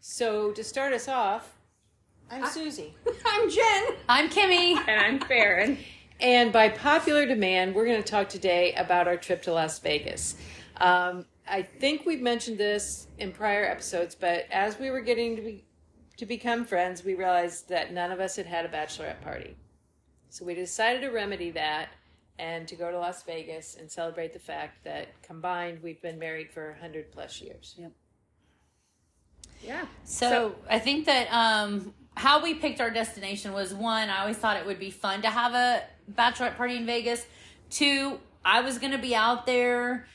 So to start us off, I'm Susie. I'm Jen. I'm Kimmy. And I'm Farron. And by popular demand, we're going to talk today about our trip to Las Vegas. Um, I think we've mentioned this in prior episodes, but as we were getting to, be, to become friends, we realized that none of us had had a bachelorette party. So we decided to remedy that and to go to Las Vegas and celebrate the fact that combined we've been married for 100 plus years. Yeah. So, I think that um, how we picked our destination was one, I always thought it would be fun to have a bachelorette party in Vegas. Two, I was going to be out there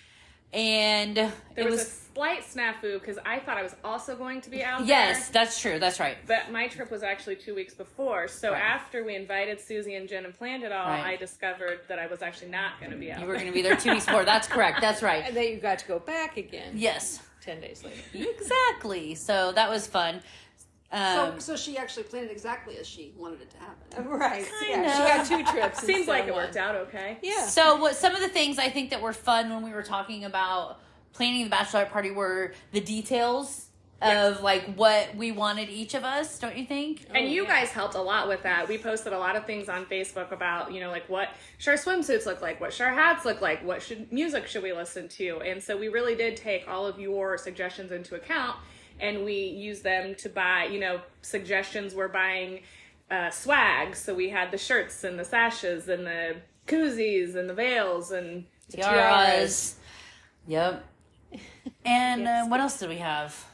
and There it was, was. a slight snafu because I thought I was also going to be out yes, there. that's true. That's right. But my trip was actually two weeks before. So Right. after we invited Susie and Jen and planned it all, Right. I discovered that I was actually not going to be out You were there. going to be there two weeks before. That's correct. That's right. And that you got to go back again Yes, 10 days later. exactly. So that was fun. Um, so, so she actually planned it exactly as she wanted it to happen. Right. Kinda. Yeah. She got two trips. Seems instead like of it one. worked out okay. Yeah. So what some of the things I think that were fun when we were talking about planning the bachelorette party were the details of like what we wanted each of us, don't you think? And Oh, you yeah. guys helped a lot with that. We posted a lot of things on Facebook about, you know, like what should our swimsuits look like, what should our hats look like, what should music should we listen to. And so we really did take all of your suggestions into account and we used them to buy, you know, suggestions we're buying uh, swag. So we had the shirts and the sashes and the koozies and the veils and the Tiaras. Yep. And uh, what else did we have?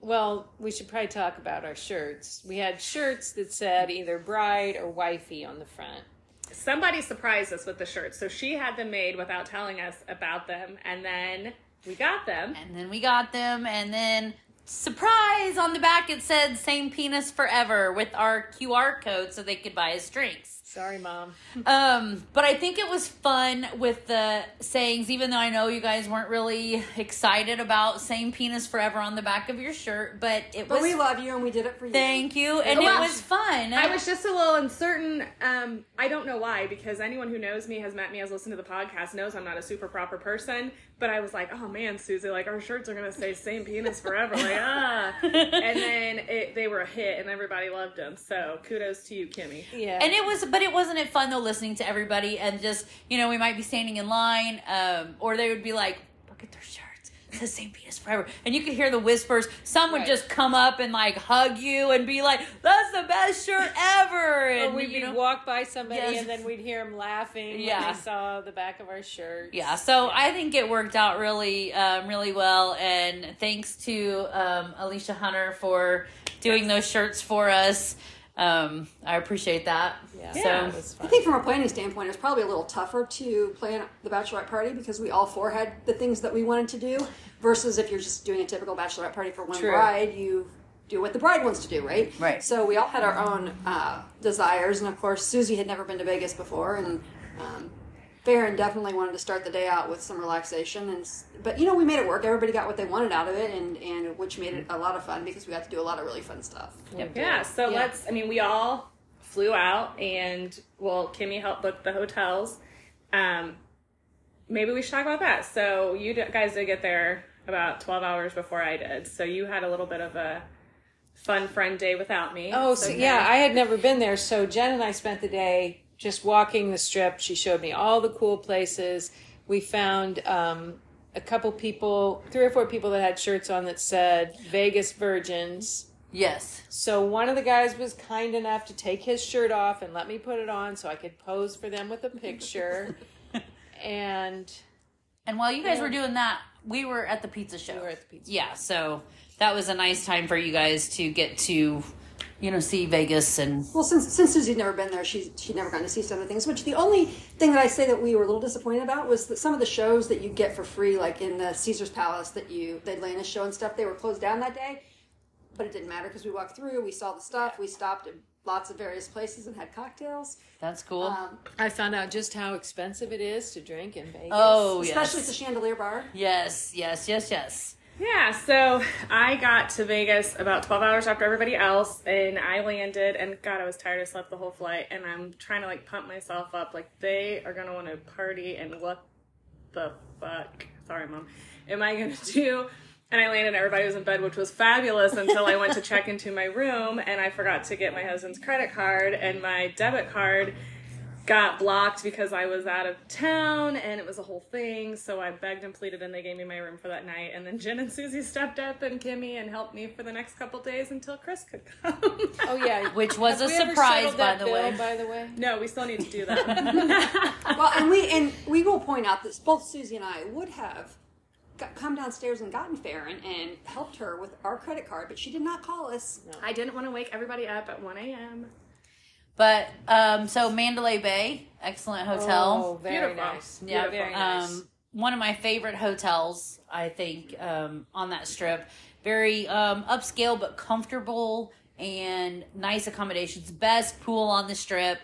Well, we should probably talk about our shirts. We had shirts that said either bride or wifey on the front. Somebody surprised us with the shirts. So she had them made without telling us about them. And then we got them. And then we got them and then surprise on the back it said same penis forever with our QR code so they could buy us drinks. Sorry, mom. Um, but I think it was fun with the sayings, even though I know you guys weren't really excited about same penis forever on the back of your shirt, but it But was we love you and we did it for you. thank you and Oh, it wow. was fun. I was just a little uncertain. Um, I don't know why, because anyone who knows me has met me, has listened to the podcast, knows I'm not a super proper person. But I was like, oh man, Susie, like our shirts are gonna say same penis forever, like ah. And then it, they were a hit, and everybody loved them. So kudos to you, Kimmy. Yeah. and it was, but it wasn't it fun though listening to everybody and just you know we might be standing in line, um, or they would be like, look at their shirts, it says same penis forever, and you could hear the whispers. Some would Right. just come up and like hug you and be like, that's the best shirt ever, Or and we'd you be know. walk by somebody Yes. and then we'd hear them laughing Yeah. when they saw the back of our shirt. Yeah, so I think it worked out really, um, really well. And thanks to um, Alicia Hunter for doing those shirts for us. Um, I appreciate that. Yeah. Yeah. That So, was I fun. think from a planning standpoint, it's probably a little tougher to plan the bachelorette party because we all four had the things that we wanted to do, versus if you're just doing a typical bachelorette party for one True. bride, you do what the bride wants to do, right? Right. So we all had our own uh, desires, and of course, Susie had never been to Vegas before, and um, Farron definitely wanted to start the day out with some relaxation, and s- but you know we made it work. Everybody got what they wanted out of it, and and which made it a lot of fun because we got to do a lot of really fun stuff. Yeah. So Yeah. let's. I mean, we all flew out, and well, Kimmy helped book the hotels. Um, maybe we should talk about that. So you d- guys did get there about twelve hours before I did. So you had a little bit of a fun friend day without me. Oh, so, Jen- yeah, I had never been there. So Jen and I spent the day just walking the strip. She showed me all the cool places. We found um, a couple people, three or four people that had shirts on that said Vegas Virgins. yes. So one of the guys was kind enough to take his shirt off and let me put it on so I could pose for them with a picture. and And while you guys were doing that, we were at the pizza show. We were at the pizza Yeah, so that was a nice time for you guys to get to, you know, see Vegas and Well, since since Susie'd never been there, she's she'd never gotten to see some of the things. Which the only thing that I say that we were a little disappointed about was that some of the shows that you get for free, like in the Caesar's Palace, that you the Atlanta show and stuff, they were closed down that day. But it didn't matter because we walked through, we saw the stuff, we stopped at lots of various places and had cocktails, that's cool. um, I found out just how expensive it is to drink in Vegas. oh, especially at yes. the Chandelier Bar. yes, yes, yes, yes. Yeah, so I got to Vegas about 12 hours after everybody else, and I landed, and God, I was tired. I slept the whole flight, and I'm trying to like pump myself up. Like, they are gonna wanna party, and what the fuck? Sorry, mom. Am I gonna do? and I landed and everybody was in bed, which was fabulous until I went to check into my room and I forgot to get my husband's credit card and my debit card got blocked because I was out of town and it was a whole thing. So I begged and pleaded and they gave me my room for that night. And then Jen and Susie stepped up and Kimmy and helped me for the next couple days until Chris could come. Oh yeah, Which Have was a we ever surprise, settled by that the bill, way. By the way, no, we still need to do that. Well, and we and we will point out that both Susie and I would have got, come downstairs and gotten Farron and helped her with our credit card, but she did not call us. I didn't want to wake everybody up at 1 a.m. But um, so Mandalay Bay, excellent Oh, hotel. very Beautiful. nice. yeah, beautiful. very nice. Um, one of my favorite hotels, I think, um, on that strip. Very um, upscale but comfortable and nice accommodations. Best pool on the strip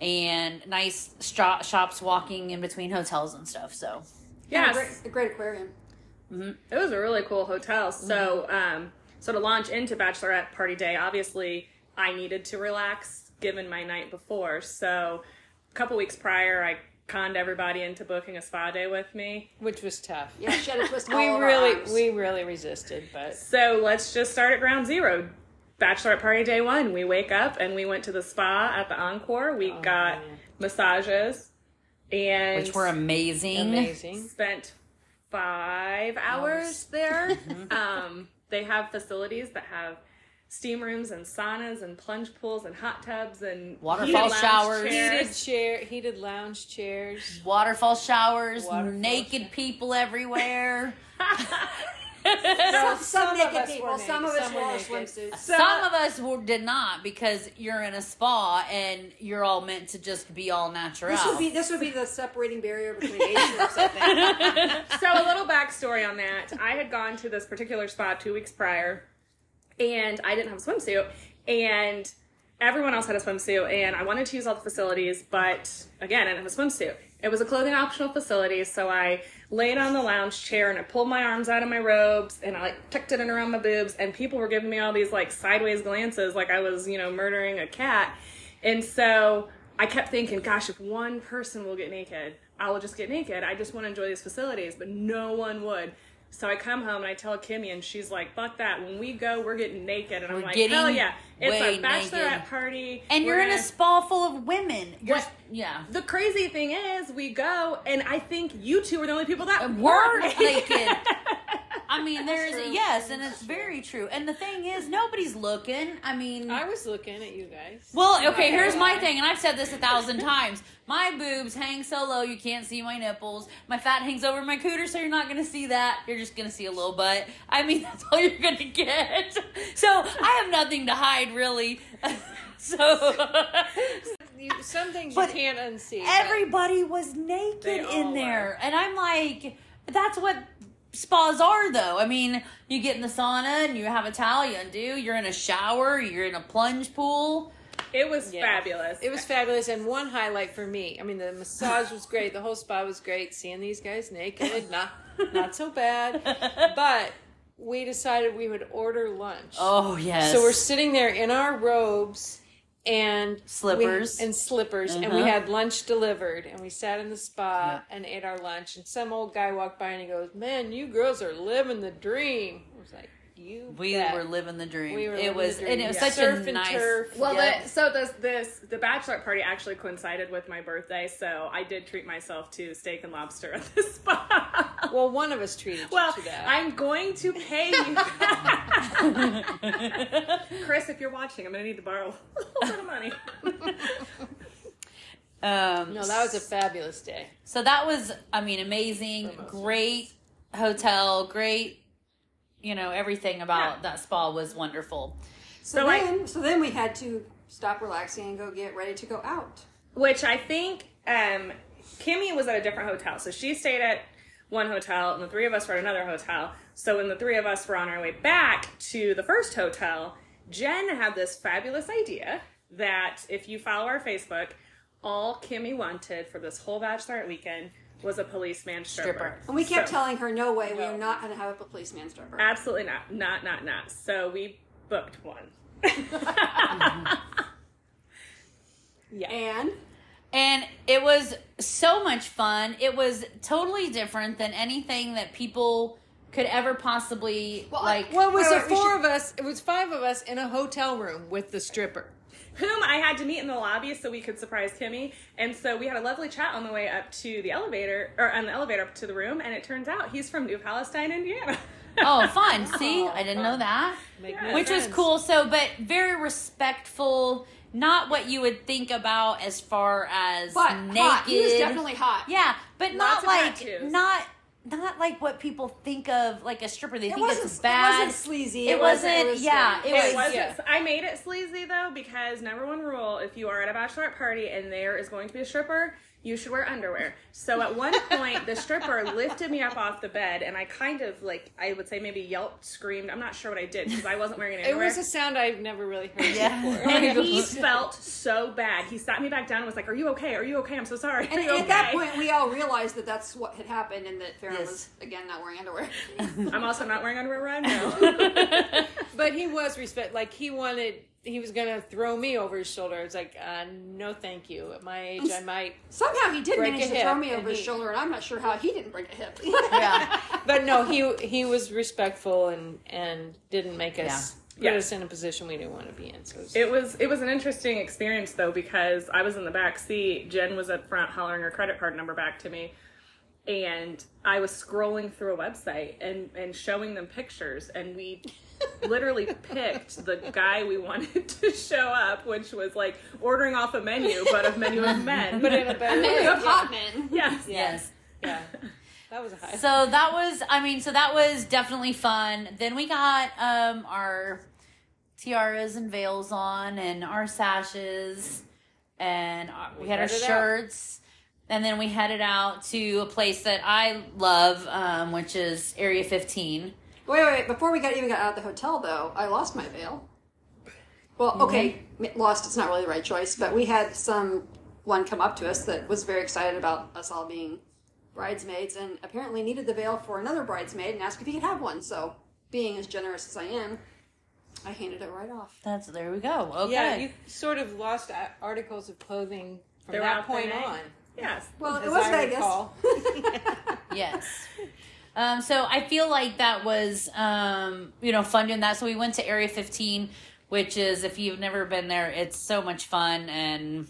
and nice stra- shops walking in between hotels and stuff. So Yeah, Yes. a great, a great aquarium. It was a really cool hotel. So, um, so to launch into bachelorette party day, obviously I needed to relax given my night before. So, a couple weeks prior, I conned everybody into booking a spa day with me. which was tough. Yeah, she had a twist. We all of our really, arms. we really resisted, but So let's just start at ground zero. Bachelorette party day one. We wake up and we went to the spa at the Encore. We got massages and which were amazing. amazing. spent five hours there. Mm-hmm. um, they have facilities that have steam rooms and saunas and plunge pools and hot tubs and Waterfall heated lounge showers. Heated chairs. chair, heated lounge chairs. Waterfall showers, Waterfall naked showers. people everywhere. some, some some, of us naked were people. naked, Some of us some were wore naked. swimsuits. Some of us were, did not because you're in a spa and you're all meant to just be all natural. This would be this would be the separating barrier between Asian or something. so a little backstory on that. I had gone to this particular spa two weeks prior, and I didn't have a swimsuit, and everyone else had a swimsuit, and I wanted to use all the facilities, but again, I didn't have a swimsuit. It was a clothing optional facility, so I laid on the lounge chair and I pulled my arms out of my robes and I like tucked it in around my boobs, and people were giving me all these like sideways glances, like I was you know murdering a cat, and so. I kept thinking, gosh, if one person will get naked, I will just get naked. I just want to enjoy these facilities, but no one would. So I come home and I tell Kimmy, and she's like, "Fuck that! When we go, we're getting naked." And I'm We're like, getting "Hell yeah! It's way a bachelorette naked. party, and We're you're in a gonna- spa full of women. You're, What? Yeah. The crazy thing is, we go, and I think you two are the only people that Uh, Word were naked. I mean, there is, true. yes, and it's very true. And the thing is, nobody's looking. I mean, I was looking at you guys. Well, okay, here's my thing, and I've said this a thousand times. My boobs hang so low you can't see my nipples. My fat hangs over my cooter, so you're not gonna see that. You're just gonna see a little butt. I mean, that's all you're gonna get. So I have nothing to hide, really. So You, some things But you can't unsee. but- everybody was naked They all in there, and I'm like, that's what spas are, though. I mean, you get in the sauna and you have a towel, you undo. You're in a shower. You're in a plunge pool. It was Yeah. fabulous. It was fabulous, and one highlight for me. I mean, the massage was great. The whole spa was great. Seeing these guys naked, not not so bad. But we decided we would order lunch. Oh yes. So we're sitting there in our robes and we- Slippers. Mm-hmm. and slippers, and we had lunch delivered, and we sat in the spa and ate our lunch. And some old guy walked by and he goes, "Man, you girls are living the dream." I was like, "You We bet." were living the dream. We were living it was, the dream. and it was Yeah. such surf a and nice. turf. well, Yep. the, so this this the bachelorette party actually coincided with my birthday, so I did treat myself to steak and lobster at the spa. Well, one of us treated Well, you to that. I'm going to pay you. Chris, if you're watching, I'm going to need to borrow a little bit of money. um, no, that was a fabulous day. so that was, I mean, amazing. Great hotel. Great, you know, everything about Yeah. that spa was wonderful. So, So I- then, so then we had to stop relaxing and go get ready to go out. which I think um, Kimmy was at a different hotel. So she stayed at one hotel, and the three of us were at another hotel. So when the three of us were on our way back to the first hotel, Jen had this fabulous idea that if you follow our Facebook, all Kimmy wanted for this whole bachelorette weekend was a policeman stripper. Stripper. And we kept So- telling her, "No way, we are not going to have a policeman stripper." Absolutely not. Not, not, not. So we booked one. and And it was so much fun. It was totally different than anything that people could ever possibly Well, I- like. Well, it was All the right, we four of us. It was five of us in a hotel room with the stripper. whom I had to meet in the lobby so we could surprise Kimmy. And so we had a lovely chat on the way up to the elevator, or on the elevator up to the room. And it turns out he's from New Palestine, Indiana. oh, fun! See, I didn't know that. Make Yeah. no which was sense. cool. So, but very respectful. Not what you would think about as far as But naked. hot. He was definitely hot. yeah, but Lots not of like tattoos. not not like what people think of like a stripper. They It think wasn't, it's bad. it wasn't sleazy. It wasn't- was yeah, straight. it was- It wasn't. yeah. I made it sleazy though because number one rule: if you are at a bachelorette party and there is going to be a stripper, you should wear underwear. So at one point, the stripper lifted me up off the bed, and I kind of like I would say maybe yelped, screamed. I'm not sure what I did because I wasn't wearing any It underwear. was a sound I've never really heard Yeah. before. and he felt so bad. He sat me back down and was like, "Are you okay? Are you okay? I'm so sorry." Are And you at that okay?" point, we all realized that that's what had happened, and that Farrah Yes. was again not wearing underwear. I'm also not wearing underwear right now. But he was respect. Like he wanted. He was gonna throw me over his shoulder. It's like, uh, no, thank you. At my age, I might. Somehow he did Break manage a to hip, throw me and over his he- shoulder, and I'm not sure how he didn't break a hip. yeah, But no, he he was respectful and and didn't make us Yeah. put us in a position we didn't want to be in. So it was- it was it was an interesting experience though because I was in the back seat, Jen was up front hollering her credit card number back to me, and I was scrolling through a website and and showing them pictures, and we literally picked the guy we wanted to show up, which was like ordering off a menu, but a menu of men. but in a better way. Of hot men. yes. yes. Yeah. That was a high. So that was. I mean, so that was definitely fun. Then we got um our tiaras and veils on, and our sashes, and our, we, had our headed out. shirts. And then we headed out to a place that I love, um, which is Area 15. Wait, wait, wait. Before we got even got out of the hotel, though, I lost my veil. Mm-hmm. Well, okay, m- lost. It's not really the right choice, but we had some one come up to us that was very excited about us all being bridesmaids, and apparently needed the veil for another bridesmaid, and asked if he could have one. So, being as generous as I am, I handed it right off. That's there we go. Okay. Yeah, you sort of lost uh, articles of clothing from that Throughout the point night. on. Yes. Well, it as was I Vegas. recall. yes. Um, so I feel like that was um, you know fun doing that. So we went to Area 15, which is if you've never been there, it's so much fun and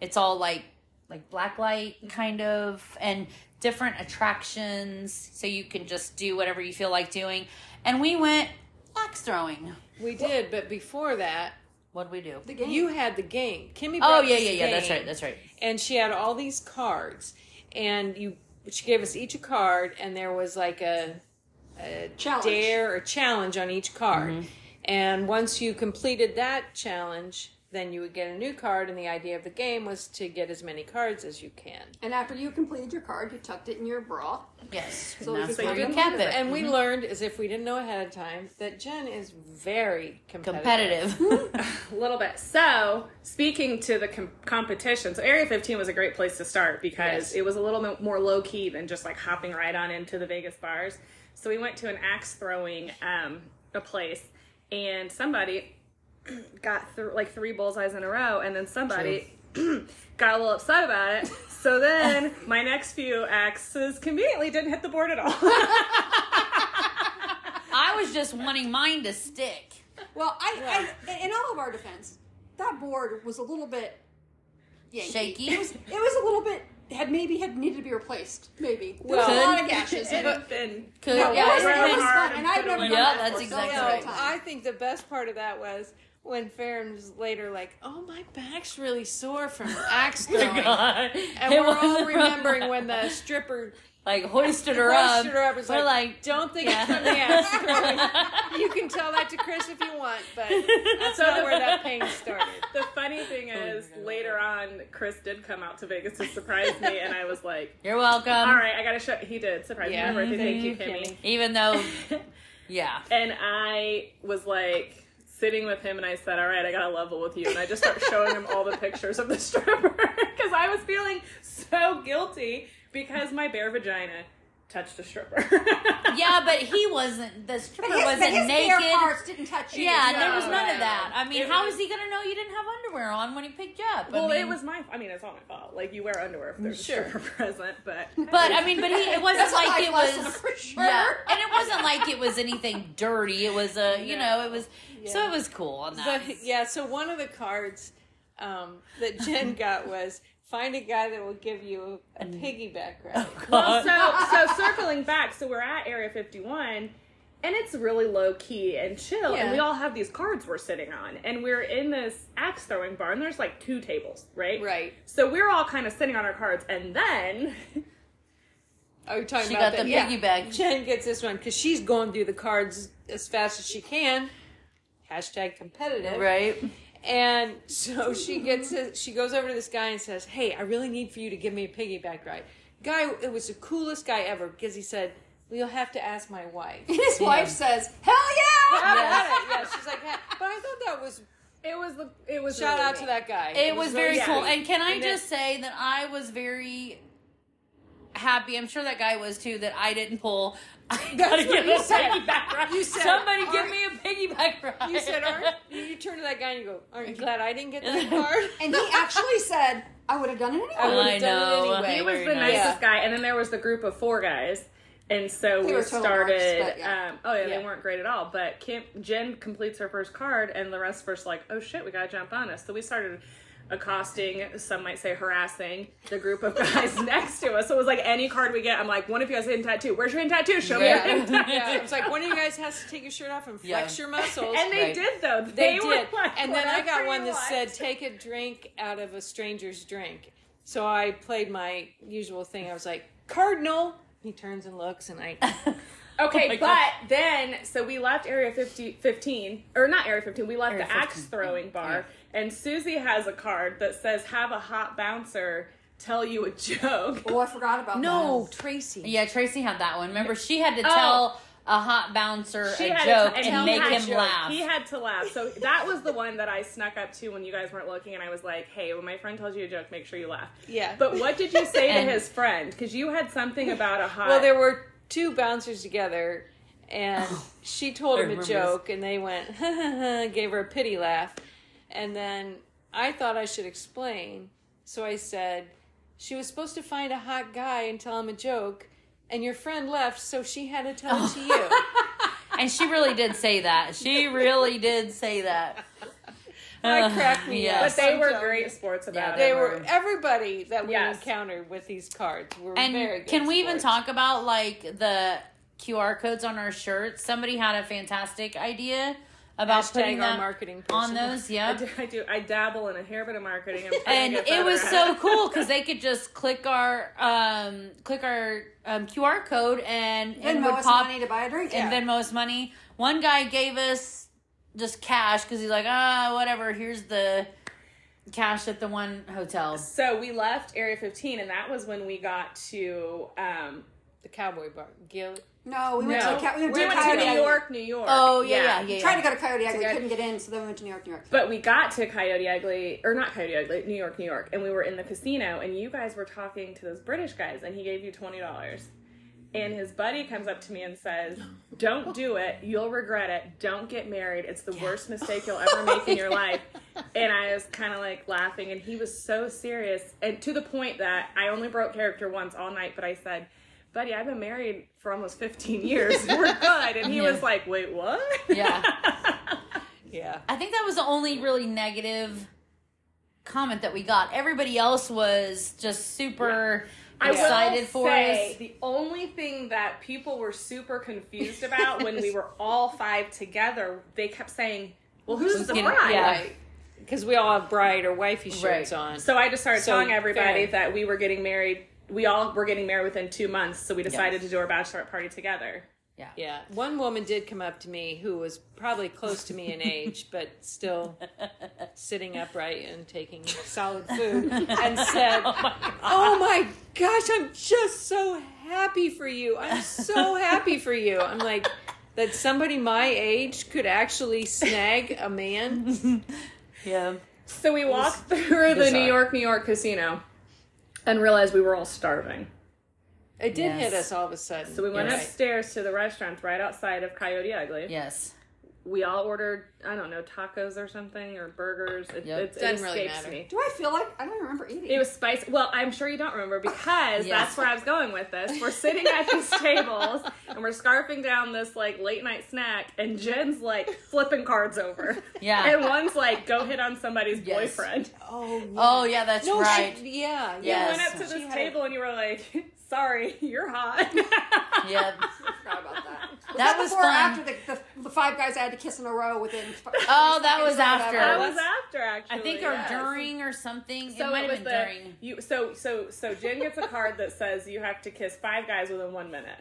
it's all like like black light Mm-hmm. kind of and different attractions. So you can just do whatever you feel like doing. And we went axe throwing. We did, but before that, What did we do? The game. you had the game. Kimmy. Oh brought yeah, this yeah, yeah. That's game, right. That's right. And she had all these cards, and you she gave us each a card, and there was like a challenge. dare or challenge on each card. Mm-hmm. And once you completed that challenge, then you would get a new card. And the idea of the game was to get as many cards as you can. And after you completed your card, you tucked it in your bra. Yes. So and that's we where you didn't kept remember. it. Mm-hmm. And we learned, as if we didn't know ahead of time, that Jen is very competitive. competitive. A little bit. So, speaking to the com- competition, so Area 15 was a great place to start because Yes. it was a little bit more low key than just like hopping right on into the Vegas bars. So, we went to an axe throwing um, a place, and somebody got th- like three bullseyes in a row, and then somebody got a little upset about it. So then my next few axes conveniently didn't hit the board at all. I was just wanting mine to stick. Well, I, I in all of our defense, that board was a little bit yanky. Shaky? It was, it was a little bit had maybe had needed to be replaced. Maybe there was Well- a lot of gashes in it. and, and Could Yeah, it was, really it was hard and fun, and put I've it never away. done Yeah, that that's before, so exactly it was a right. No, good time. I think the best part of that was when Farron was later like, "Oh, my back's really sore from axe Oh throwing," and It we're all wasn't from- remembering when the stripper like hoisted her up. hoisted her up. It's um, We're like, like, "Don't think Yeah. it's from the axe throwing." you can tell that to Chris if you want, but that's not where that pain started. The funny thing is, later on, Chris did come out to Vegas to surprise me, and I was like, You're welcome. "All right, I gotta show." He did surprise Yeah. me for my birthday. Thank you, Thank you, Kimmy. Even though, yeah, And I was like sitting with him, and I said, "All right, I gotta level with you." And I just start showing him all the pictures of the stripper because I was feeling so guilty because my bare vagina touched a stripper. yeah, but he wasn't. The stripper But his, but wasn't his bare naked. parts didn't touch you. Yeah, No, there was none of no. that. I mean, It how was- is he gonna know you didn't have underwear on when he picked you up? I well, it mean- was my. I mean, it's all my fault. Like you wear underwear if there's Sure. a stripper present, but But I mean, but he, it wasn't That's a like life it lesson was. for sure. Yeah, and it wasn't like it was anything dirty. It was a, you know, it was. So Yeah. it was cool on that. But yeah, so one of the cards um, that Jen got was find a guy that will give you a Mm. piggyback ride. Oh. Well, so so circling back, so we're at Area 51, and it's really low key and chill, and Yeah. we all have these cards we're sitting on, and we're in this axe throwing bar, and there's like two tables, right? Right. So we're all kind of sitting on our cards, and then Are you talking She about got the that? Yeah. piggyback. Jen gets this one because she's going through the cards as fast as she can. Hashtag competitive. right. And so she gets it, she goes over to this guy and says, "Hey, I really need for you to give me a piggyback ride." Guy, it was the coolest guy ever because he said, "Well, you'll have to ask my wife." And his wife says, "Hell yeah. yeah!" yeah, she's like, "Yeah." but I thought that was it was the it was shout really out to neat. that guy. It was very really yeah. cool. sweet. And can I And just say that I was very happy. I'm sure that guy was too. That I didn't pull. I gotta what give you a said. piggyback ride. You said, somebody give "Aren't- me a piggyback ride. you said, "Aren't you turn to that guy and you go, aren't you glad I didn't get that card?" And he actually said, "I would have done it I anyway." would've I done it know. anyway. He was Very the nice. nicest guy, and then there was the group of four guys. And so They we were total started. marks, but yeah. Um, oh yeah, Yeah. they weren't great at all. But Kim, Jen completes her first card, and the rest of us are like, "Oh shit, we gotta jump on us." So we started accosting, some might say harassing, the group of guys next to us. So it was like any card we get, I'm like, "One of you has a hidden tattoo. Where's your hidden tattoo? Show Yeah. me your hidden tattoo." Yeah, it was like one of you guys has to take your shirt off and flex Yeah. your muscles. And they Right. did though. They, were did. like, and then I "Whatever got one that you want." said, take a drink out of a stranger's drink. So I played my usual thing. I was like, Cardinal. He turns and looks, and I. Okay, Oh my but gosh. then so we left Area 50, 15 or not Area 15. We left Area the axe 15, throwing bar, and Susie has a card that says "Have a hot bouncer tell you a joke." Oh, I forgot about No, Tracy. Yeah, Tracy had that one. Remember, she had to Oh. tell a hot bouncer a had joke to- and, he make had him to- laugh. He had to laugh. So that was the one that I snuck up to when you guys weren't looking, and I was like, "Hey, when my friend tells you a joke, make sure you laugh." Yeah. But what did you say And- to his friend? Because you had something about a hot. Well, there were two bouncers together, and she told I him a remember joke, and they went, gave her a pity laugh. And then I thought I should explain. So I said, She was supposed to find a hot guy and tell him a joke, and your friend left, so she had to tell it to you. and she really did say that. She really did say that. I cracked me Yes. up. but they I'm were telling you. great sports about They it. were everybody that we Yes. encountered with these cards were And very good. can we even sports. talk about like the QR codes on our shirts? Somebody had a fantastic idea about Hashtag putting our that marketing on person. those. I Yeah. do, I do. I dabble in a hair bit of marketing. I'm trying and to get it was better at so cool because they could just click our um, click our um, QR code and Then and Venmo would us pop money to buy a drink. and then most money. One guy gave us just cash because he's like, ah, whatever. Here's the cash at the one hotel. So we left Area 15, and that was when we got to. Um, the cowboy bar? Gil no, we no, went to Ca- we we went went to to Coyote New Ugly. York, New York. Oh yeah, yeah, yeah. yeah. Tried to go to Coyote Ugly, go- couldn't get in, so then we went to New York, New York. But we got to Coyote Ugly, or not Coyote Ugly, New York, New York, and we were in the casino, and you guys were talking to those British guys, and he gave you twenty dollars. And his buddy comes up to me and says, "Don't do it. You'll regret it. Don't get married. It's the worst mistake you'll ever make in your life." And I was kind of like laughing, and he was so serious, and to the point that I only broke character once all night, but I said. Buddy, I've been married for almost 15 years. We're good. And he Yeah. was like, Wait, what? Yeah. Yeah. I think that was the only really negative comment that we got. Everybody else was just super I excited will for say, us. The only thing that people were super confused about when we were all five together, they kept saying, "Well, who's, the getting- bride?" yeah. Right. Because we all have bride or wifey shirts Right. on. So I just started So, telling everybody fair. that we were getting married. We all were getting married within two months, so we decided to do our bachelorette party together. Yeah. yeah. One woman did come up to me who was probably close to me in age, but still sitting upright and taking solid food, and said, oh my, gosh, I'm just so happy for you. I'm so happy for you. I'm like, that somebody my age could actually snag a man. Yeah. So we walked through the bizarre. New York, New York casino, and realized we were all starving. It did Yes. hit us all of a sudden. So we went You're right. upstairs to the restaurant right outside of Coyote Ugly. Yes. We all ordered, I don't know, tacos or something or burgers. It, Yep. it, it escapes Doesn't really matter. me. Do I feel like I don't remember eating? It was spicy. Well, I'm sure you don't remember because Yeah. that's where I was going with this. We're sitting at these tables and we're scarfing down this like late night snack, and Jen's like flipping cards over. Yeah. And one's like, go hit on somebody's Yes. boyfriend. Oh, yeah. Oh yeah, that's no, right. She, yeah, You yeah. Yes. went up to She this had a- table and you were like, sorry, you're hot. yeah. I forgot about that. Was that, was before or fun. after the, the, the five guys I had to kiss in a row within. Oh, that was after. That Well, was after actually. I think yes. or during or something. So it might it was have been the during. you. So so so Jen gets a card that says you have to kiss five guys within one minute.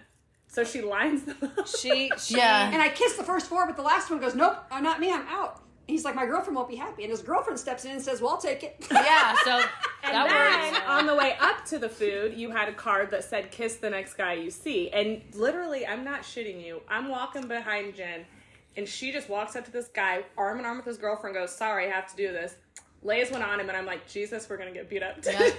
So she lines them up. She, she Yeah. And I kissed the first four, but the last one goes, "Nope, I'm not me. I'm out." And he's like, "My girlfriend won't be happy." And his girlfriend steps in and says, "Well, I'll take it." Yeah. So And that then works. on the way up to the food, you had a card that said "kiss the next guy you see." And literally, I'm not shitting you. I'm walking behind Jen, and she just walks up to this guy, arm in arm with his girlfriend, goes, "Sorry, I have to do this." Lays one on him, and I'm like, "Jesus, we're gonna get beat up." today."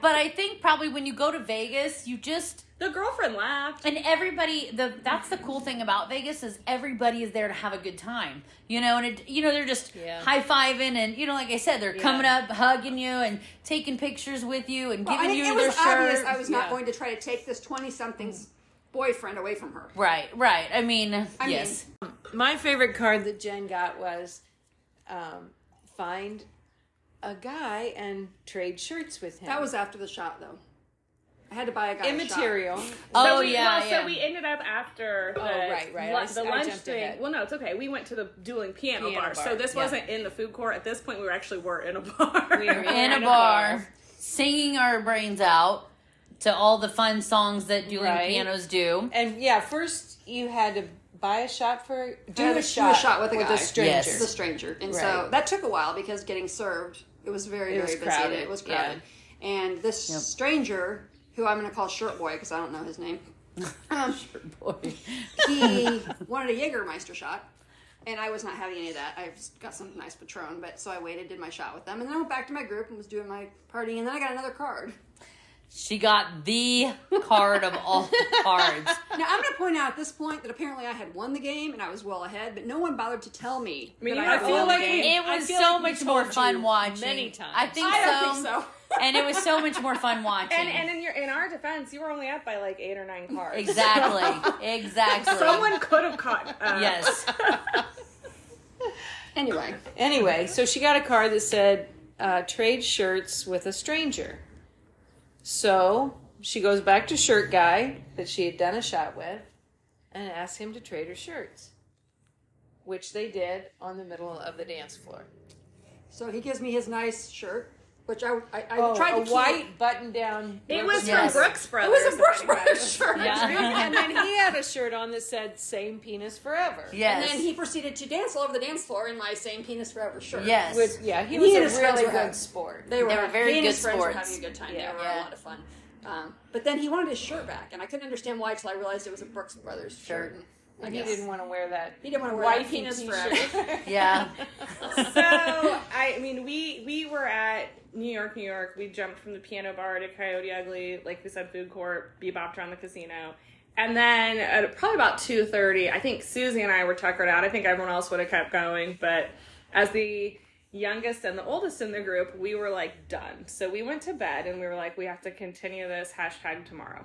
But I think probably when you go to Vegas, you just the girlfriend laughed. and everybody the that's the cool thing about Vegas is everybody is there to have a good time. You know, and it, you know they're just Yeah. high fiving and you know, like I said, they're Yeah. coming up, hugging you, and taking pictures with you, and Well, I giving think you it their was obvious shirt. I was not yeah. going to try to take this twenty-something's boyfriend away from her. Right, right. I mean, I yes. mean, my favorite card that Jen got was um, find a guy and trade shirts with him. That was after the shot, though. I had to buy a guy. a shot. immaterial. oh we, yeah, well, yeah. So we ended up after the, Oh, right, right. I lu- s- the I lunch jumped thing. ahead. Well, no, it's okay. We went to the dueling piano, Piano bar, so bar, this yeah. wasn't in the food court. At this point, we were actually were in a bar. We were in a bar, singing our brains out to all the fun songs that dueling Right. pianos do. And yeah, first you had to buy a shot for I do had a to shot, do a shot with a guy. stranger. Yes. the stranger, and so Right. that took a while because getting served, it was very It very was busy. and crowded, It was yeah. crowded, and this stranger, who I'm going to call Shirt Boy because I don't know his name, um, Boy. he wanted a Jägermeister shot. And I was not having any of that. I've got some nice Patron, but so I waited, did my shot with them, and then I went back to my group and was doing my partying, and then I got another card. She got the card of all the cards. Now I'm going to point out at this point that apparently I had won the game and I was well ahead, but no one bothered to tell me. mean, that you I had had feel won the like game. we- It I was feel so like we much more told fun you watching. many times. I think I so. don't think so. and it was so much more fun watching. And, and in your in our defense, you were only up by like eight or nine cards. exactly, exactly. Someone could have caught. Uh, yes, Anyway, Anyway, so she got a card that said uh, trade shirts with a stranger. So she goes back to shirt guy that she had done a shot with and asks him to trade her shirts, which they did on the middle of the dance floor. so he gives me his nice shirt, which I I, I Oh, tried to a keep. white button down. It was Yes. from Brooks It Brothers. was a Brooks Brothers shirt. yeah, and then he had a shirt on that said "Same Penis Forever." And yes, then he proceeded to dance all over the dance floor in my same penis forever shirt. yes. Which- yeah, he He was and a his friends really were having- good sport. They were, They were very he and good his friends were sports. having a good time. Yeah. they were Yeah. a lot of fun. Um, but then he wanted his shirt back, and I couldn't understand why until I realized it was a Brooks Brothers shirt. And I he guess didn't want to wear that. he didn't want to wear white that penis t-shirt. forever. yeah. so I mean, we we were at New York, New York. We jumped from the piano bar to Coyote Ugly, like we said, food court, bebopped around the casino, and then at probably about two thirty, I think Susie and I were tuckered out. I think everyone else would have kept going, but as the youngest and the oldest in the group, we were like done. So we went to bed and we were like, we have to continue this hashtag tomorrow.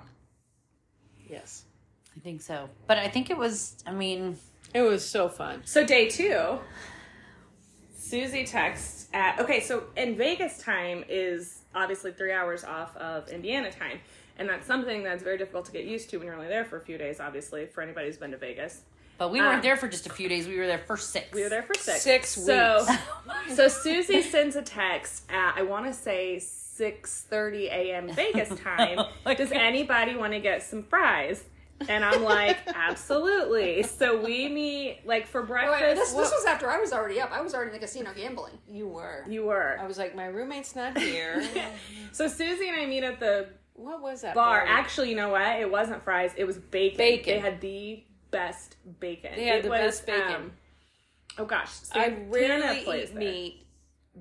Yes, I think so. But I think it was. I mean, it was so fun. So day two, Susie texts at okay. So in Vegas time is obviously three hours off of Indiana time, and that's something that's very difficult to get used to when you're only there for a few days. Obviously, for anybody who's been to Vegas, but we Um, weren't there for just a few days. We were there for six. we were there for six Six So, so Susie sends a text at I want to say. 6:30 a.m. Vegas time. Oh my Does God. anybody want to get some fries? And I'm like, absolutely. So we meet like for Oh, Wait, breakfast. wait, this, this Well, was after I was already up. I was already in the casino gambling. You were. you were. I was like, my roommate's not here. So Susie and I meet at the What was that bar. bar? Actually, you know what? It wasn't fries. It was bacon. Bacon. They had the best bacon. They had it the was, best bacon. um, oh gosh, I Santana rarely plays eat there. meat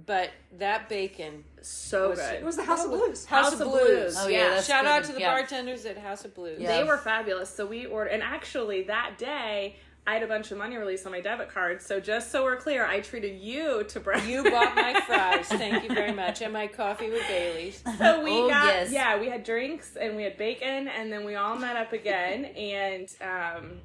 but that bacon, So Was good. It was the House of Blues. House, of Blues. Oh, yeah, that's Shout out good. to the Yeah. bartenders at House of Blues. Yeah. They were fabulous. So we ordered, and actually that day I had a bunch of money released on my debit card. So just so we're clear, I treated you to breakfast. You bought my fries. Thank you very much. And my coffee with Bailey's. so we Oh, got yes. yeah, we had drinks and we had bacon, and then we all met up again, and um,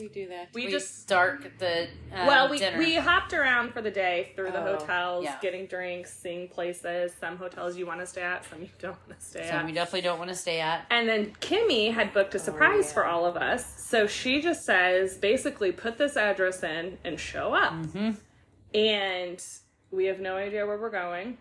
We do that. we, We just. just dark the um, Well, we, dinner. we hopped around for the day through the Oh, hotels, yeah. getting drinks, seeing places. Some hotels you want to stay at, some you don't want to stay Some Oh, at. you definitely don't want to stay at. And then Kimmy had booked a surprise for all of us. So she just says, basically, put this address in and show up. Mm-hmm. And we have no idea where we're going.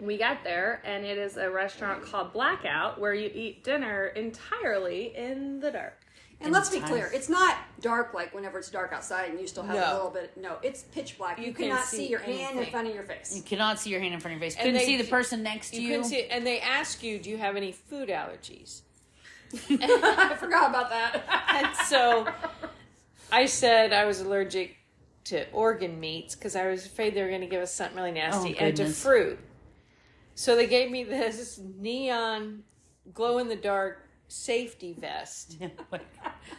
We got there, and it is a restaurant called Blackout where you eat dinner entirely in the dark. And let's be time. clear, it's not dark like whenever it's dark outside and you still have a No. little bit. No, it's pitch black. You, You can't cannot see see your hand in anything. front of your face. You cannot see your hand in front of your face. Couldn't they- see the person next to you you. couldn't see it. And they ask you, do you have any food allergies? I forgot about that. And so I said I was allergic to organ meats because I was afraid they were going to give us something really nasty Oh, and to goodness. fruit. So they gave me this neon glow in the dark safety vest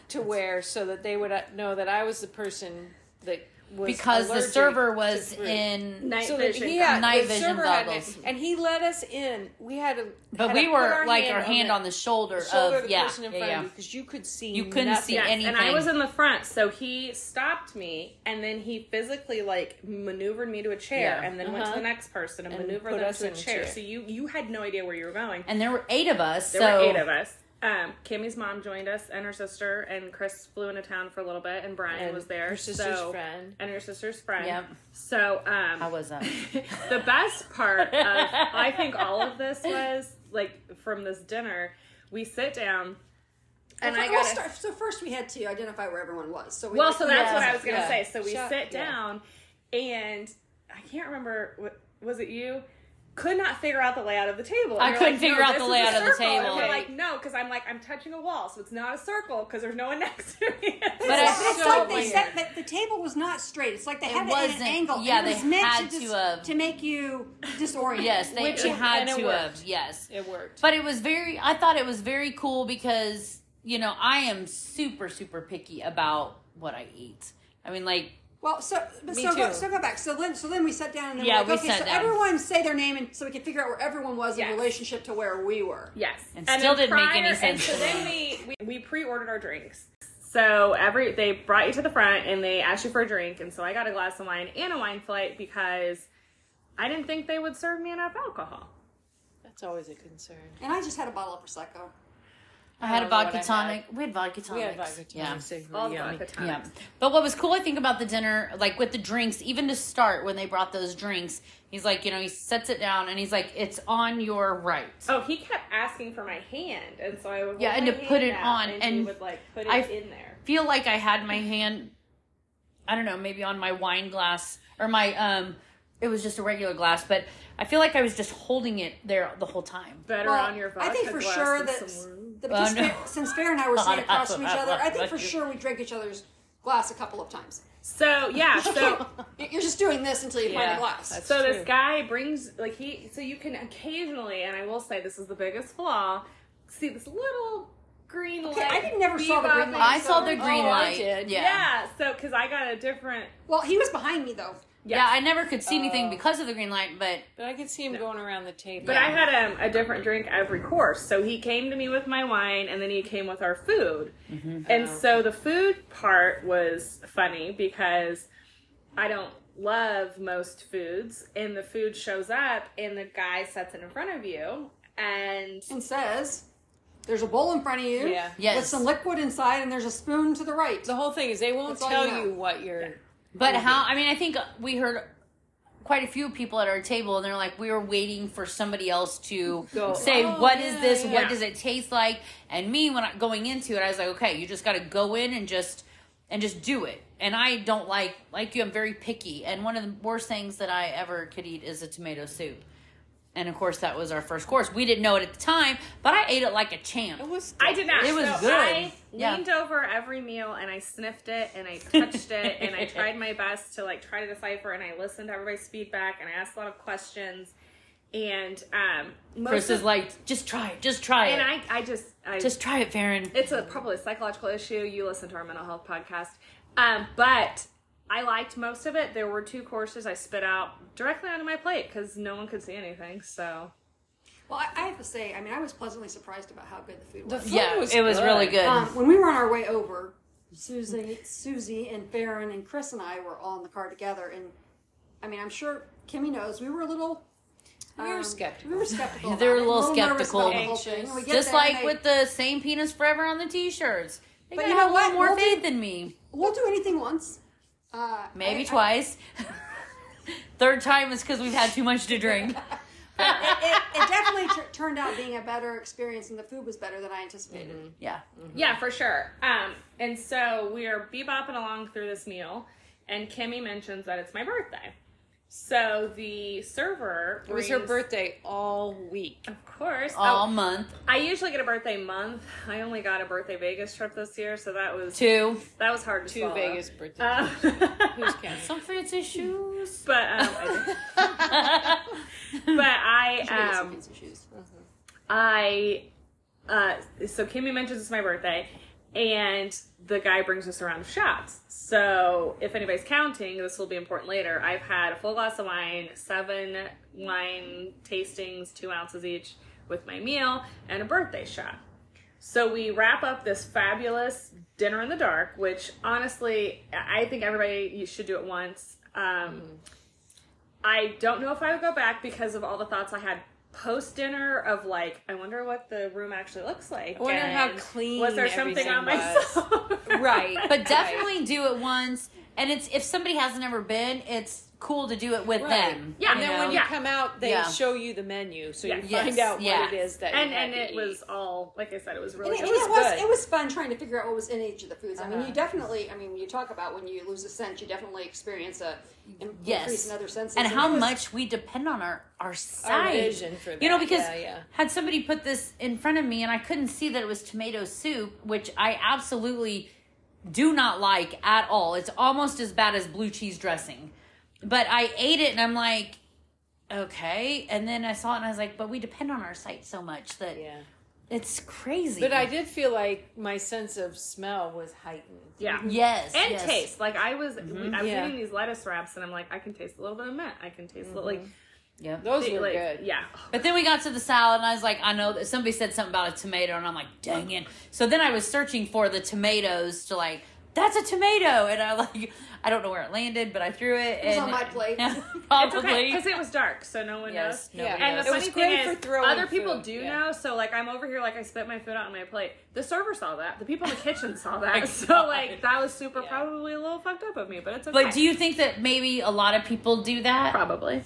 to wear so that they would uh, know that I was the person that was because the allergic server to was fruit. in. Night So that vision. he had Night the vision server had it, goggles. and he let us in. We had to, But had we to were put our like our hand on the shoulder, shoulder of, of the yeah, person in yeah, front yeah. of you because you could see You couldn't see nothing. any- Yes, and I anything. was in the front, so he stopped me, and then he physically like maneuvered me to a chair, Yeah. and then went to Uh-huh. the next person and, And maneuvered put them us to a in a chair. chair. So you you had no idea where you were going. And there were eight of us. There so were eight of us. Um, Kimmy's mom joined us, and her sister, and Chris flew into town for a little bit, and Brian And was there. her sister's so, friend. and her sister's friend. Yep. So um, I was up. the best part of I think all of this was like from this dinner. We sit down, and I Well, got a- start- so first we had to identify where everyone was. So we Well, so that's Yeah. what I was gonna Yeah. say. So we Shut- sit yeah. down, and I can't remember. What, was it you? Could not figure out the layout of the table. And I you're couldn't like, figure no, out this the is a layout of the circle. And table. we're like, no, because I'm like, I'm touching a wall, so it's not a circle because there's no one next to me. But I it's, it's so like they weird. said that the table was not straight. It's like they had it, at wasn't- an angle. yeah, and it they was meant had to, to dis- have- to make you disoriented. Yes, they Which it it- had and it to worked. have. Yes, It worked. but it was very. I thought it was very cool because you know I am super super picky about what I eat. I mean, like Well, so but Me so go, too. so go back. So then so then we sat down and then Yeah, we're like, we sat okay, so down. everyone say their name and so we can figure out where everyone was in Yes. relationship to where we were. Yes, And still then didn't make any prior- And sense so to then we, we we pre-ordered our drinks. So every they brought you to the front and they asked you for a drink, and so I got a glass of wine and a wine flight because I didn't think they would serve me enough alcohol. That's always a concern. And I just had a bottle of prosecco. I had a don't know what vodka I had. tonic. We had vodka tonics. We had vodka Yeah. tonics. they were All yummy. vodka tonics. Yeah. But what was cool, I think, about the dinner, like with the drinks, even to start when they brought those drinks, he's like, you know, he sets it down and he's like, it's on your right. Oh, he kept asking for my hand, and so I would hold Yeah, and my to put hand it out, on, and, he and would like put it I- in there. feel like I had my hand, I don't know, maybe on my wine glass or my, um, it was just a regular glass, but I feel like I was just holding it there the whole time. Better Well, on your vodka I think for glass sure than that some room. the, Oh, because no. Fa- since Fair and I were God, sitting across from each I other, I think love for you. sure we drank each other's glass a couple of times. So yeah, so You're just doing this until you find Yeah, a glass. that's- so this true. guy brings like he so you can occasionally, and I will say this is the biggest flaw. See this little green Okay, light. I didn't- never saw the green bebopping light. I saw the Oh, green I light. did. Yeah. Yeah. yeah. so because I got a different. Well, he was behind me though. I never could see anything Oh. because of the green light, but But I could see him going around the table. But I had um, a different drink every course. So he came to me with my wine, and then he came with our food. And so the food part was funny because I don't love most foods, and the food shows up, and the guy sets it in front of you, and and says, "There's a bowl in front of you Yeah. Yes. with some liquid inside, and there's a spoon to the right." the whole thing is they won't That's all tell you know. you what you're. But how? I mean, I think we heard quite a few people at our table, and they're like, we were waiting for somebody else to Go, say, "Oh, "What is yeah, this? What yeah." does it taste like?" And me, when I, going into it, I was like, "Okay, you just got to go in and just and just do it." And I don't like like you. I'm very picky, and one of the worst things that I ever could eat is a tomato soup. And of course, that was our first course. We didn't know it at the time, but I ate it like a champ. It was. I did not. It was so good. I Yeah. leaned over every meal and I sniffed it and I touched it and I tried my best to like try to decipher and I listened to everybody's feedback and I asked a lot of questions. And um, most Chris of- is like, just try it, just try and it, I, I just, I just try it, Farron. it's a probably a psychological issue. You listen to our mental health podcast, um, but I liked most of it. There were two courses I spit out directly onto my plate because no one could see anything. So Well, I, I have to say, I mean, I was pleasantly surprised about how good the food was. food yeah, it was really good. Mm-hmm. Um, when we were on our way over, Susie, Susie and Farron and Chris and I were all in the car together, and I mean, I'm sure Kimmy knows we were a little. We were um, skeptical. We were skeptical. They were about a it, little nervous skeptical. about the whole thing, and we get just there and like they- with the same penis forever on the t-shirts. They But gotta you know have a little what? more We'll faith than me. we'll do anything once. Uh, Maybe I- I- twice. Third time is because we've had too much to drink. it, it definitely tur turned out being a better experience, and the food was better than I anticipated. yeah. yeah, for sure. Um, and so we are bebopping along through this meal, and Kimmy mentions that it's my birthday. So the server It was her brings- birthday all week. Of course, All Oh, month. I usually get a birthday month. I only got a birthday Vegas trip this year, so that was Two. that was hard to Two swallow. Vegas birthdays. Uh, Who's counting? Some fancy shoes. but um, I- but Maybe I some um, fancy shoes. I uh, so Kimmy mentions it's my birthday, and the guy brings us a round of shots. So if anybody's counting, this will be important later. I've had a full glass of wine, seven wine tastings, two ounces each, with my meal and a birthday shot. So we wrap up this fabulous dinner in the dark, which honestly, I I think everybody you should do it once. Um, Mm-hmm. I don't know if I would go back because of all the thoughts I had post dinner of like, I wonder what the room actually looks like. I wonder how clean was there something everything on was. myself? Right. But definitely do it once. And it's if somebody hasn't ever been, it's cool to do it with Right. them. Yeah. And then You when know? you Yeah. come out, they Yeah. show you the menu, so you Yeah. Yes. find out Yeah. what it is that you and had and to it eat. was all like I said, it was And really it, and good. it was good. it was fun trying to figure out what was in each of the foods. I mean, Uh-huh. you definitely, I mean, when you talk about when you lose a sense, you definitely experience a in- increase Yes. in other senses. And how it was- much we depend on our, our sight. vision for You know, that. because Yeah, yeah. had somebody put this in front of me and I couldn't see that it was tomato soup, which I absolutely do not like at all. It's almost as bad as blue cheese dressing. But I ate it and I'm like, okay. And then I saw it and I was like, but we depend on our sight so much that yeah. it's crazy. But I did feel like my sense of smell was heightened. yeah. Yes. And yes. taste. Like I was, I was Mm-hmm. Yeah. eating these lettuce wraps, and I'm like, I can taste a little bit of mint. I can taste a little, like Yep. Mm-hmm. Those were like, good. Yeah. But then we got to the salad, and I was like, I know that somebody said something about a tomato, and I'm like, dang it. So then I was searching for the tomatoes to like, that's a tomato, and I like, I don't know where it landed, but I threw it. was and, on my plate. It's probably. okay because it was dark, so no one yes. knows. nobody Yeah. And knows. the It was funny great thing for is, throwing other people food, do yeah. know. So like, I'm over here, like I spit my food out on my plate. The server saw that. The people in the kitchen saw that. so God. like, that was super Yeah. probably a little fucked up of me, but it's okay. but do you think that maybe a lot of people do that? probably?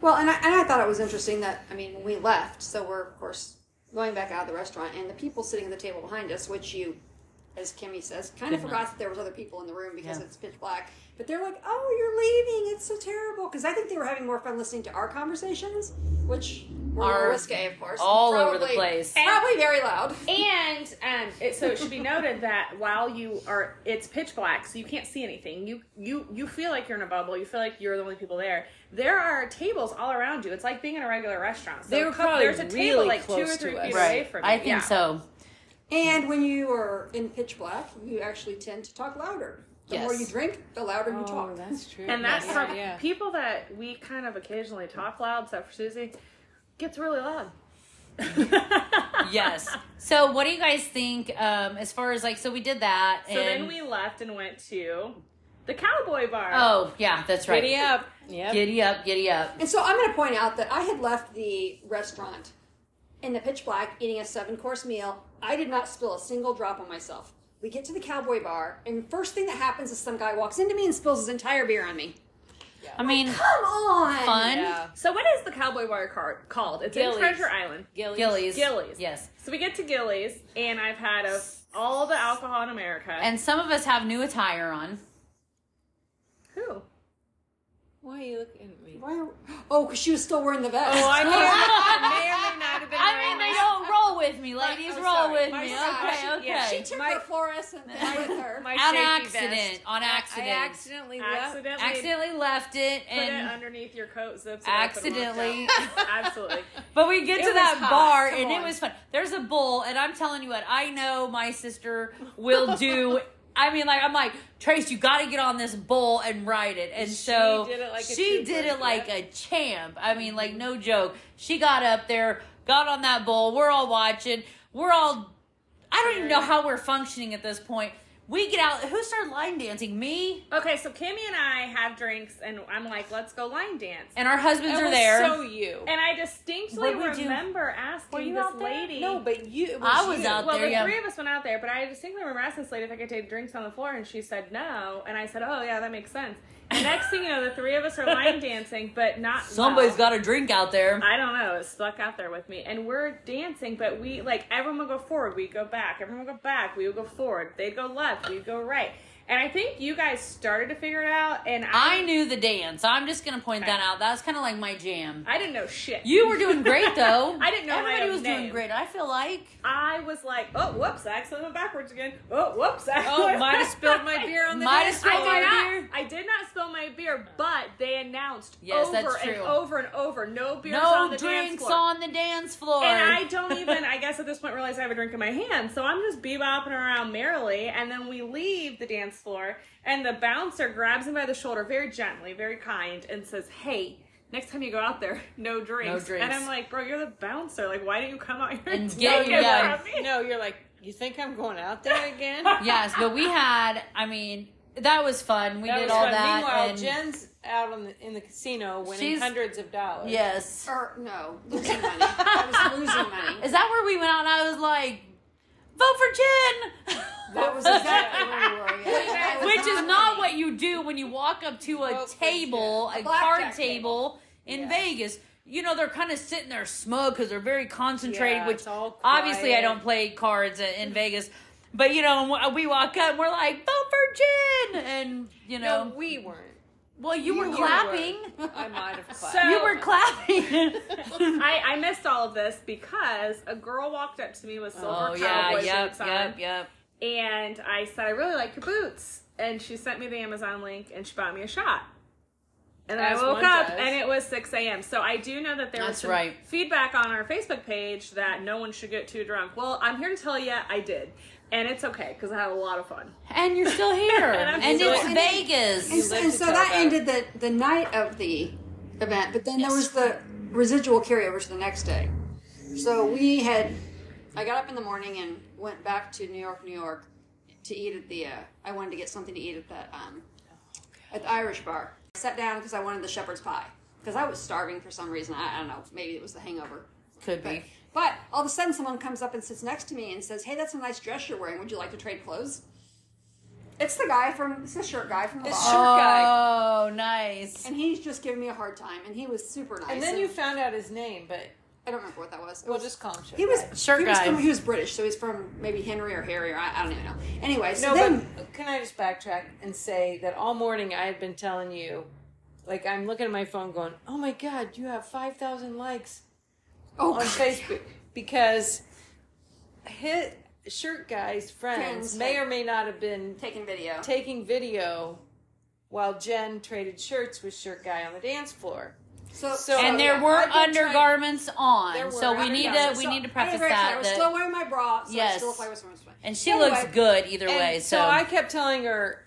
Well, and I, and I thought it was interesting that I mean, when we left, so we're of course going back out of the restaurant, and the people sitting at the table behind us, which you, as Kimmy says, kind of forgot that there was other people in the room because Yeah. it's pitch black. But they're like, "Oh, you're leaving! It's so terrible." Because I think they were having more fun listening to our conversations, which were more Are risque, of course, and all over the probably- place. probably very loud. And um, it, so it should be noted that while you are, it's pitch black, so you can't see anything. You you you feel like you're in a bubble. You feel like you're the only people there. There are tables all around you. It's like being in a regular restaurant. So They were a couple- probably there's a table really like two or close to three feet us. away Right. from you. I think Yeah. so. And when you are in pitch black, you actually tend to talk louder. The more Yes. you drink, the louder you Oh, talk. that's true. And that's yeah, how yeah. people that we kind of occasionally talk loud, except for Susie, gets really loud. Yes. So what do you guys think um, as far as like, so we did that. So and, then we left and went to the cowboy bar. Oh, yeah, that's right. Giddy up. Yep. Giddy up, giddy up. And so I'm going to point out that I had left the restaurant in the pitch black eating a seven course meal. I did not spill a single drop on myself. We get to the cowboy bar, and first thing that happens is some guy walks into me and spills his entire beer on me. I Oh mean, Come on! fun. Yeah. So what is the cowboy bar card called? It's Gillies. in Treasure Island. Gillies. Gillies. Gillies. Yes. So we get to Gillies, and I've had a, all the alcohol in America. And some of us have new attire on. who? Why are you looking at me? Why? Are, oh, 'cause she was still wearing the vest. Oh, I may, or, I may or may not have been. I wearing mean, they this. don't roll with me, ladies. oh, roll sorry. with My me. side. Okay, okay. Yeah, she took My- her fluorescent thing with her. My On safety vest. accident, on I- accident. I accidentally left. Accidentally, accidentally left it, put it and underneath your coat, zips it accidentally. Up and walked out. Absolutely. But we get It to was that hot. bar Come and on. it was fun. There's a bull, and I'm telling you what, I know my sister will do. I mean, like I'm like Trace, you got to get on this bull and ride it, and so did it like a she trooper, did it like yeah. Mm-hmm. a champ. I mean, like no joke. She got up there, got on that bull. We're all watching. We're all. I don't even know how we're functioning at this point. We get out. Who started line dancing? Me Okay, so Kimmy and I have drinks, and I'm like, let's go line dance. and our husbands That are was there. So you. And I distinctly What'd we do? remember Were asking you this out there? lady. no, but you. It was I was you. out well, there, the yeah. three of us went out there, but I distinctly remember asking this lady if I could take drinks on the floor, and she said no. And I said, oh, yeah, that makes sense. And next thing you know, the three of us are line dancing, but not. Somebody's well. got a drink out there. I don't know. It's stuck out there with me, and we're dancing, but we like everyone would go forward, we go back, everyone would go back, we would go forward, they'd go left, we'd go right, and I think you guys started to figure it out, and I I knew the dance. I'm just gonna point that out. That's kind of like my jam. I didn't know shit. You were doing great though. I didn't know my Everybody own was doing name. great. I feel like I was like, oh, whoops, I accidentally went backwards again. Oh, whoops, I Oh, went might have back- spilled my beer on the Might have desk. I spilled my did beer. not. I did not spill my beer, but they announced Yes, over that's and true. over and over, no beers on no the dance drinks floor. on the dance floor. And I don't even, I guess at this point, realize I have a drink in my hand. So I'm just bebopping around merrily. And then we leave the dance floor, and the bouncer grabs me by the shoulder very gently, very kind, and says, Hey, next time you go out there, no drinks. drinks. And I'm like, Bro, you're the bouncer. Like, why didn't you come out here And take get it your guy." from me?" No, you're like. You think I'm going out there again? yes, but we had. I mean, that was fun. We That did was all fun. that. Meanwhile, and Jen's out on the, in the casino winning She's- hundreds of dollars. yes, or Er, no, losing money. I was losing money. is that where we went out? and I was like, vote for Jen. That was exactly where we were. Yeah. That was Which is not what you do when you walk up to a Vote for table, a blackjack card table in Yeah. Vegas. You know, they're kind of sitting there smug because they're very concentrated, Yeah, which it's all obviously I quiet. don't play cards i- in Vegas. But, you know, w- we walk up and we're like, vote for Jen! And, you know, No, we weren't. well, you, were were. clapping. I might have clapped. So- You were clapping. I, I missed all of this because a girl walked up to me with silver oh, yeah, cowboy yep, boots on. yep, yep. and I said, I really like your boots. And she sent me the Amazon link and she bought me a shot. And then I As woke one up does. and it was 6 a.m. So I do know that there was That's some right. feedback on our Facebook page that no one should get too drunk. Well, I'm here to tell you I did. And it's okay because I had a lot of fun. And you're still here. And I'm and, still- it's And- Vegas. And, live and to so tell that about ended the, the night of the event, but then there was the residual carryover to the next day. So we had, I got up in the morning and went back to New York, New York to eat at the, uh, I wanted to get something to eat at the, um, at the Irish bar. I sat down because I wanted the shepherd's pie because I was starving for some reason. I, I don't know, maybe it was the hangover. Could But, be. but all of a sudden, someone comes up and sits next to me and says, "Hey, that's a nice dress you're wearing. Would you like to trade clothes?" It's the guy from it's the shirt guy from the It's bar. shirt guy. Oh, nice. And he's just giving me a hard time, and he was super nice. and then you found out his name, but I don't remember what that was. It we'll was- just call him Sugar he was Guy. Shirt he was guy. from- he was British, so he's from maybe Henry or Harry or I, I don't even know. Anyway, so No, then but can I just backtrack and say that all morning I had been telling you, like I'm looking at my phone, going, "Oh my God, you have five thousand likes oh, on Facebook," because his shirt guy's friends Friends may had- or may not have been taking video. taking video while Jen traded shirts with shirt guy on the dance floor. so, so- and yeah, there were I've been trying- undergarments on, There were so we need to undergarments. we so need to I preface was very excited. that. I was that- still wears my bra, so Yes. I still look like I was wearing my and she Anyway, looks good either And way. So, I kept telling her,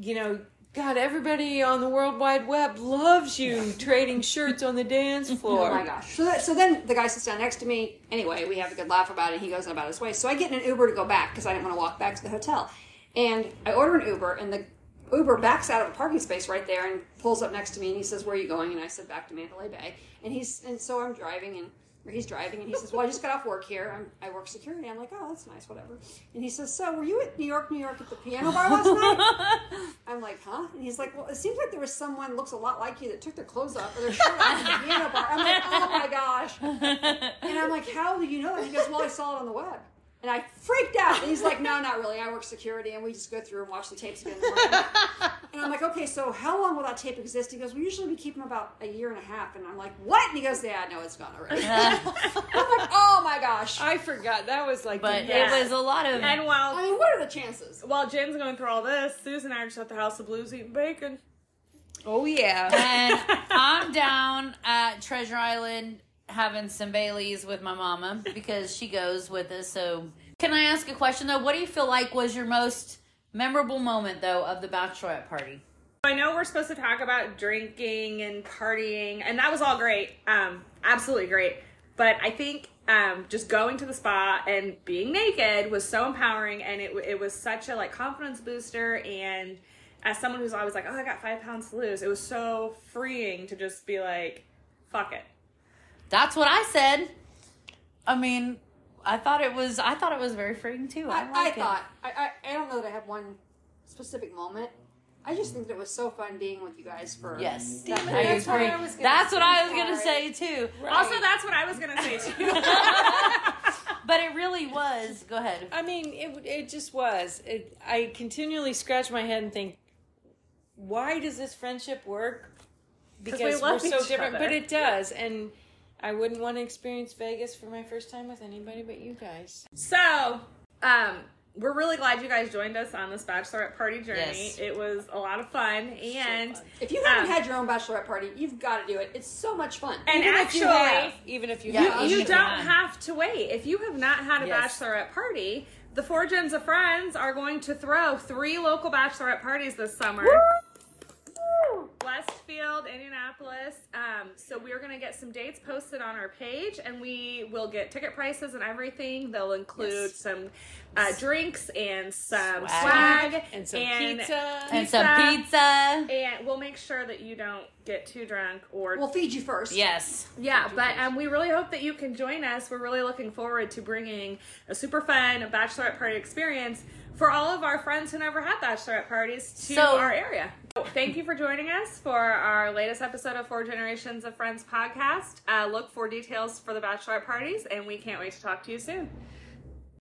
you know, God, everybody on the World Wide Web loves you trading shirts on the dance floor. Oh my gosh. So, that, so then the guy sits down next to me. Anyway, we have a good laugh about it. He goes on about his way. So I get in an Uber to go back because I didn't want to walk back to the hotel. And I order an Uber, and the Uber backs out of a parking space right there and pulls up next to me and he says, Where are you going? And I said, Back to Mandalay Bay. And he's and so I'm driving and or he's driving and he says, Well, I just got off work here. I'm, I work security. I'm like, Oh, that's nice, whatever. And he says, So were you at New York, New York at the piano bar last night? I'm like, huh? And he's like, well, it seems like there was someone looks a lot like you that took their clothes off or their shirt off at the piano bar. I'm like, oh my gosh. And I'm like, how do you know that? He goes, well, I saw it on the web. And I freaked out. And he's like, no, not really. I work security, and we just go through and watch the tapes again. in the morning. And I'm like, okay, okay, so how long will that tape exist? He goes, well, usually we keep them about a year and a half. And I'm like, what? And he goes, yeah, no, it's gone already. I'm like, oh my gosh. I I forgot that was like. but Yeah. it was a lot of And while mean, what are the chances? while Jen's going through all this, Susan and I are just at the House of Blues eating bacon. oh yeah. and I'm down at Treasure Island having some Baileys with my mama because she goes with us. So, can I ask a question though? What do you feel like was your most memorable moment though of the bachelorette party? I know we're supposed to talk about drinking and partying, and that was all great, um, absolutely great. But I think um, just going to the spa and being naked was so empowering, and it w- it was such a like confidence booster. And as someone who's always like, oh, I got five pounds to lose, it was so freeing to just be like, fuck it. That's what I said. I mean, I thought it was I thought it was very freaking too. I, I, I like it. thought, I, I, I don't know that I have one specific moment. I just think that it was so fun being with you guys for. Yes, Damn it, I that's what agree. I was gonna That's what say. I was gonna Sorry. say too. Also, that's what I was gonna say too. But it really was. Go ahead. I mean, it it just was. It, I continually scratch my head and think, why does this friendship work? Because we are love so each different, other. but it does. And I wouldn't want to experience Vegas for my first time with anybody but you guys. So, um, we're really glad you guys joined us on this bachelorette party journey. Yes. It was a lot of fun, and fun. If you haven't Um, had your own bachelorette party, you've got to do it. It's so much fun. and If you have, actually. even if you Yeah, have, I'll You shoot don't mine. have to wait. If you have not had a Yes. bachelorette party, the four gens of friends are going to throw three local bachelorette parties this summer. Westfield, Indianapolis. Um, so we're going to get some dates posted on our page, and we will get ticket prices and everything. They'll include Yes. some uh, drinks and some swag, Swag. and some pizza. And some pizza. And we'll make sure that you don't get too drunk or We'll feed you first. Yes. yeah, but um, we really hope that you can join us. We're really looking forward to bringing a super fun bachelorette party experience for all of our friends who never had bachelorette parties to So- our area. So Thank you for joining us for our latest episode of Four Generations of Friends podcast. Uh, look for details for the bachelorette parties, and we can't wait to talk to you soon.